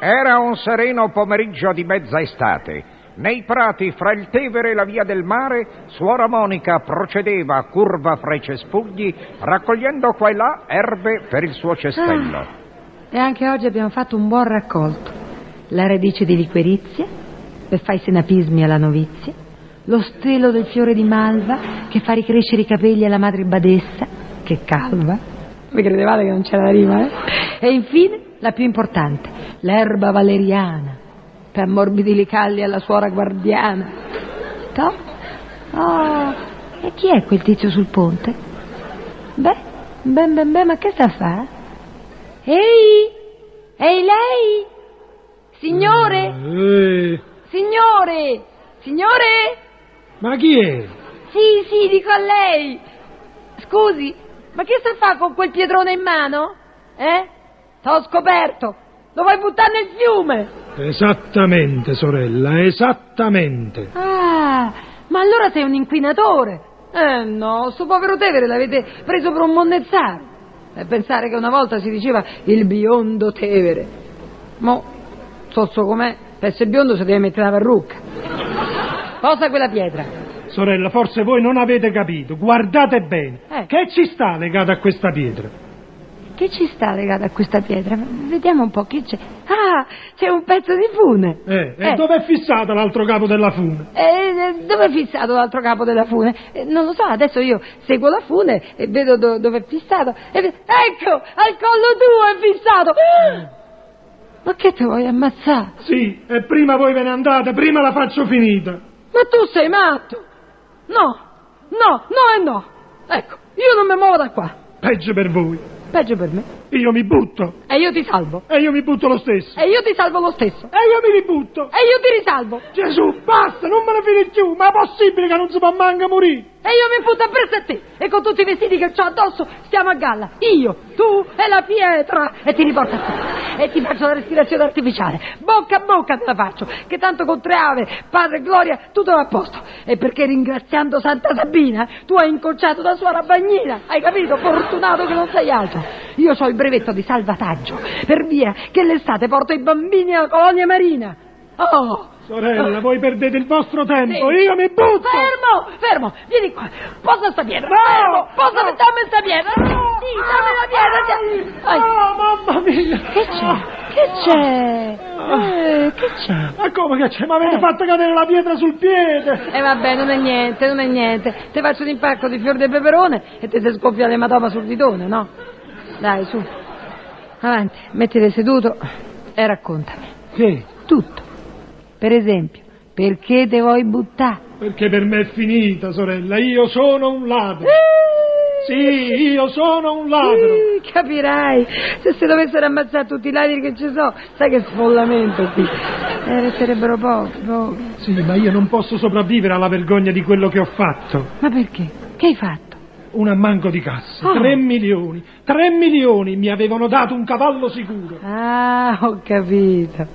Era un sereno pomeriggio di mezza estate. Nei prati fra il Tevere e la via del mare, suora Monica procedeva a curva fra i cespugli, raccogliendo qua e là erbe per il suo cestello. E anche oggi abbiamo fatto un buon raccolto. La radice di liquerizia, per fare i senapismi alla novizia, lo stelo del fiore di malva che fa ricrescere i capelli alla madre badessa, che è calva. Voi credevate che non c'era la rima, eh? E infine, la più importante, l'erba valeriana, per ammorbidire i calli alla suora guardiana. Toh? Oh, e chi è quel tizio sul ponte? Beh, ben ben ben, ma che sta a fare? Ehi! Ehi lei! Signore! Eh, Signore! Signore! ma chi è? Sì, sì, dico a lei! Scusi, ma che sta a fare con quel pietrone in mano? Eh? T'ho scoperto! Lo vuoi buttare nel fiume! Esattamente, sorella, esattamente. Ah, ma allora sei un inquinatore! Eh no, sto povero Tevere l'avete preso per un monnezzaro! E pensare che una volta si diceva il biondo Tevere. Mo, sozzo com'è, per essere biondo si deve mettere la parrucca. Posa quella pietra. Sorella, forse voi non avete capito. Guardate bene. Eh. Che ci sta legato a questa pietra? Che ci sta legato a questa pietra? Vediamo un po' che c'è. Ah, c'è un pezzo di fune. Eh, Eh. E dove è fissata l'altro capo della fune? Eh, dove è fissato l'altro capo della fune? Eh, non lo so, adesso io seguo la fune e vedo do- dove è fissato. E ve- ecco, al collo tuo è fissato! Ah! Ma che ti vuoi ammazzare? Sì, e prima voi ve ne andate, prima la faccio finita. Ma tu sei matto! No, no, no e no! Ecco, io non mi muovo da qua. Peggio per voi. Peggio per me. Io mi butto. E io ti salvo. E io mi butto lo stesso. E io ti salvo lo stesso. E io mi ributto. E io ti risalvo. Gesù, basta, non me ne fide più. Ma è possibile che non si può manca morire? E io mi butto appresso a te e con tutti i vestiti che ho addosso stiamo a galla. Io, tu e la pietra. E ti riporto a te e ti faccio la respirazione artificiale. Bocca a bocca te la faccio, che tanto con tre ave, padre e gloria, tutto va a posto. E perché ringraziando Santa Sabina tu hai inconciato da suora bagnina. Hai capito? Fortunato che non sei altro. Io ho il brevetto di salvataggio per via che l'estate porto i bambini alla colonia marina. Oh! Sorella, voi perdete il vostro tempo. Sì. Io mi butto. Fermo, fermo, vieni qua. Posa sta pietra. No, fermo, posa, no. dammi sta pietra. Sì, dammi la pietra. dai. Ai. Ah, mamma mia! Ah. Che c'è? Che c'è? Eh, che c'è? Ma come che c'è? Ma avete Eh. fatto cadere la pietra sul piede! E vabbè, Eh, non è niente, non è niente. Ti faccio l'impacco di fior di peperone e te si scoppia l'ematoma sul ditone, no? Dai, su. Avanti, mettiti seduto e raccontami. Che? Tutto. Per esempio, perché te vuoi buttare? Perché per me è finita, sorella. Io sono un ladro. Sì, io sono un ladro. Sì, Capirai, se si dovessero ammazzare tutti i ladri che ci sono, sai che sfollamento qui. Eh, resterebbero pochi, pochi. Sì, ma io non posso sopravvivere alla vergogna di quello che ho fatto. Ma perché? Che hai fatto? Un ammanco di cassa. Ah. Tre milioni. Tre milioni mi avevano dato un cavallo sicuro. Ah, ho capito.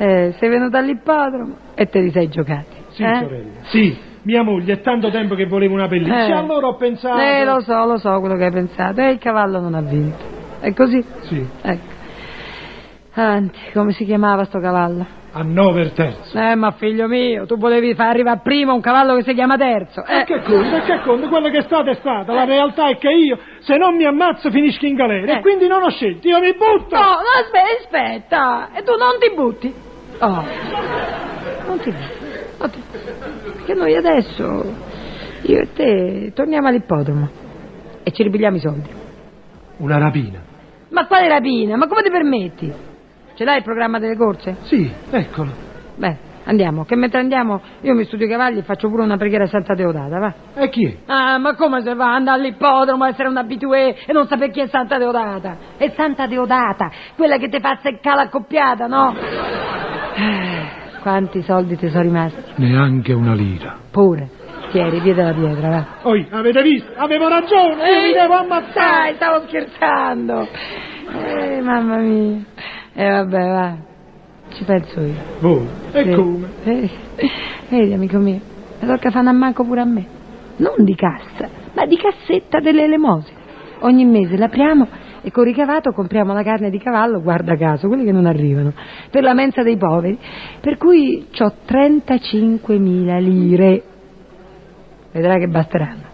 Eh, sei venuto all'ippodromo e te li sei giocati. Sì, eh? sorella. Sì, mia moglie è tanto tempo che volevo una pelliccia. Eh. E allora ho pensato... Eh, lo so, lo so quello che hai pensato. E il cavallo non ha vinto. È così? Sì, Ecco. Avanti, come si chiamava sto cavallo? a nove per terzo. Eh, ma figlio mio, tu volevi far arrivare prima un cavallo che si chiama terzo. E Eh. che conto, e che conto, quello che è stato è stato. La realtà è che io, se non mi ammazzo, finisco in galera. Eh. E quindi non ho scelto, io mi butto! No, no, aspetta, aspetta. E tu non ti butti. Oh. Non ti butti. Non ti- Perché noi adesso, io e te, torniamo all'ippodromo e ci ripigliamo i soldi. Una rapina? Ma quale rapina? Ma come ti permetti? Ce l'hai il programma delle corse? Sì, eccolo. Beh, Andiamo, che mentre andiamo io mi studio i cavalli e faccio pure una preghiera a Santa Deodata, va. E chi è? Ah, ma come se va? Andare all'ippodromo, essere un abitué e non sapere chi è Santa Deodata? È Santa Deodata, quella che ti fa seccare la coppiata, no? Eh, Quanti soldi ti sono rimasti? Neanche una lira. Pure. Tieni, via della pietra, va. Oi, avete visto? Avevo ragione, Eh. io mi devo ammazzare. Dai, stavo scherzando. Eh, mamma mia. E vabbè, va. Ci penso io. Voi? E Sì. come? Eh, vedi, amico mio, la tocca fanno a manco pure a me. Non di cassa, ma di cassetta delle elemosine. Ogni mese l'apriamo e con ricavato compriamo la carne di cavallo, guarda caso, quelli che non arrivano, per la mensa dei poveri. Per cui ho 35.000 lire. Vedrai che basteranno.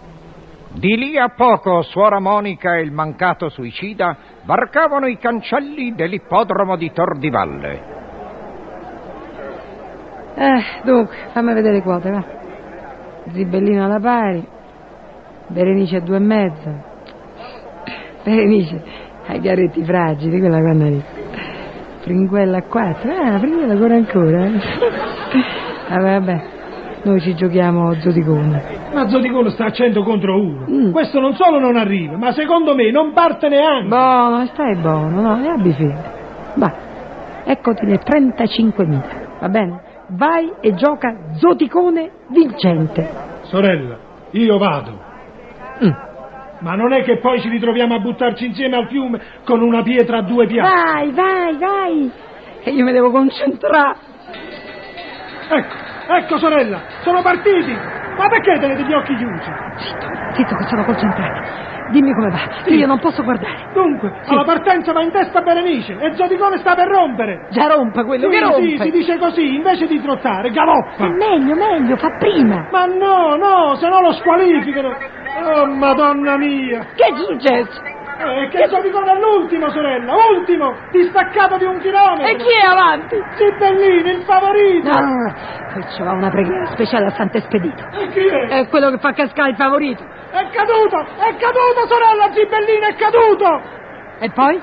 Di lì a poco suora Monica e il mancato suicida varcavano i cancelli dell'ippodromo di Tor di Valle. Eh, dunque, fammi vedere le quote, va. Zibellino alla pari, Berenice a due e mezzo. Berenice ai garretti fragili, quella quando lì. Fringuella a quattro, ah, Fringuella ancora ancora. eh. Ah, vabbè, noi ci giochiamo Zoticone. Ma Zoticolo sta a 100 contro 1. Mm. Questo non solo non arriva, ma secondo me non parte neanche. Buono, stai buono, no? E abbi fede. Va, eccoti le 35.000, va bene? Vai e gioca Zoticone vincente. Sorella, io vado. Mm. Ma non è che poi ci ritroviamo a buttarci insieme al fiume con una pietra a due Vai, piani. vai, vai! Che io mi devo concentrare. Ecco, ecco sorella, sono partiti. Ma perché tenete gli occhi chiusi? Zitto, che sono concentrata. Dimmi come va, che io non posso guardare. Dunque, alla partenza va in testa Berenice e Zoticone sta per rompere. Già rompa quello che sì, rompe. sì, si dice così, invece di trottare, galoppa. Eh, Meglio, meglio, fa prima. Ma no, no, se no lo squalificano. Oh, madonna mia. Che è successo? Eh, che Zoticone è l'ultimo, sorella, ultimo, distaccato di un chilometro. E chi è avanti? Zibellini, il favorito. No, no, no. Qui ci va una preghiera speciale a Sant'Espedito. E chi è? È quello che fa cascare il favorito. È caduto! È caduto, sorella Zibellina, è caduto! E poi?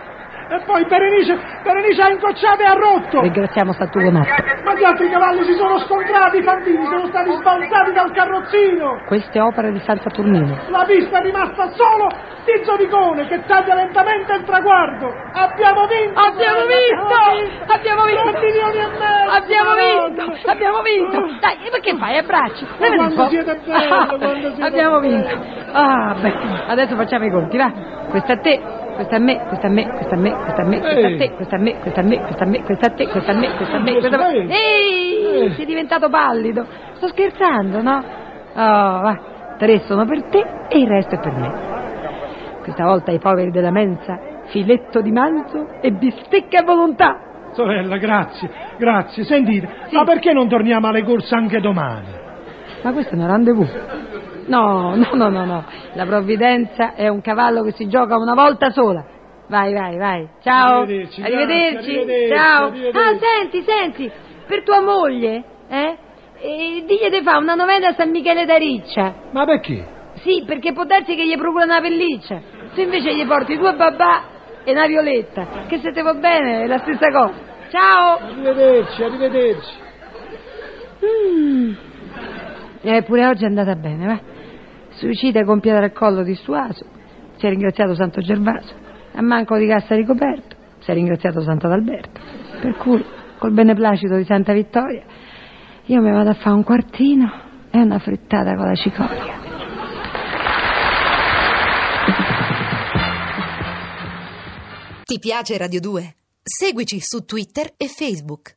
E poi Berenice, Berenice ha incocciato e ha rotto! Ringraziamo Sant'Ugonato. Ma gli altri cavalli si sono scontrati, i fantini sono stati sbalzati dal carrozzino! Questa è opera di San Saturnino. La pista è rimasta solo di Zoticone che taglia lentamente il traguardo! Abbiamo vinto! Abbiamo sorella, vinto! Abbiamo vinto! Tre milioni e mezzo! Abbiamo madonna. vinto! Abbiamo vinto! Dai, e perché fai? Abbracci! Ma Levati un quando po'. siete belli, quando siete Abbiamo belli. vinto! Ah, beh, adesso facciamo i conti, va! Questa a te, questa a me, questa a me, questa a me, questa a me, questa a Ehi. te, questa a me, questa a me, questa a me, questa a te, questa a me, questa a me, Cosa questa a me. fai? Ehi, Eh. sei diventato pallido! Sto scherzando, no? Oh, va, tre sono per te e il resto è per me. Questa volta ai poveri della mensa, filetto di manzo e bistecca a volontà! Sorella, grazie, grazie. Sentite, Sì. ma perché non torniamo alle corse anche domani? Ma questo è un rendezvous. No, no, no, no, no. La provvidenza è un cavallo che si gioca una volta sola. Vai, vai, vai. Ciao. Arrivederci, grazie, Arrivederci. arrivederci, Ciao. Ah, arrivederci. senti, senti. Per tua moglie, eh? eh digli di fa una novena a San Michele da Riccia. Ma perché? Sì, perché può darsi che gli procura una pelliccia. Tu invece gli porti due babà e una violetta. Che se te va bene è la stessa cosa. Ciao. Arrivederci, arrivederci. Eppure Eh, oggi è andata bene, va. Suicida con pietra al collo di Suaso, si è ringraziato Santo Gervaso, a manco di cassa ricoperto, si è ringraziato Sant'Adalberto. Per cui, col beneplacito di Santa Vittoria, io mi vado a fare un quartino e una frittata con la cicoria. Ti piace Radio 2? Seguici su Twitter e Facebook.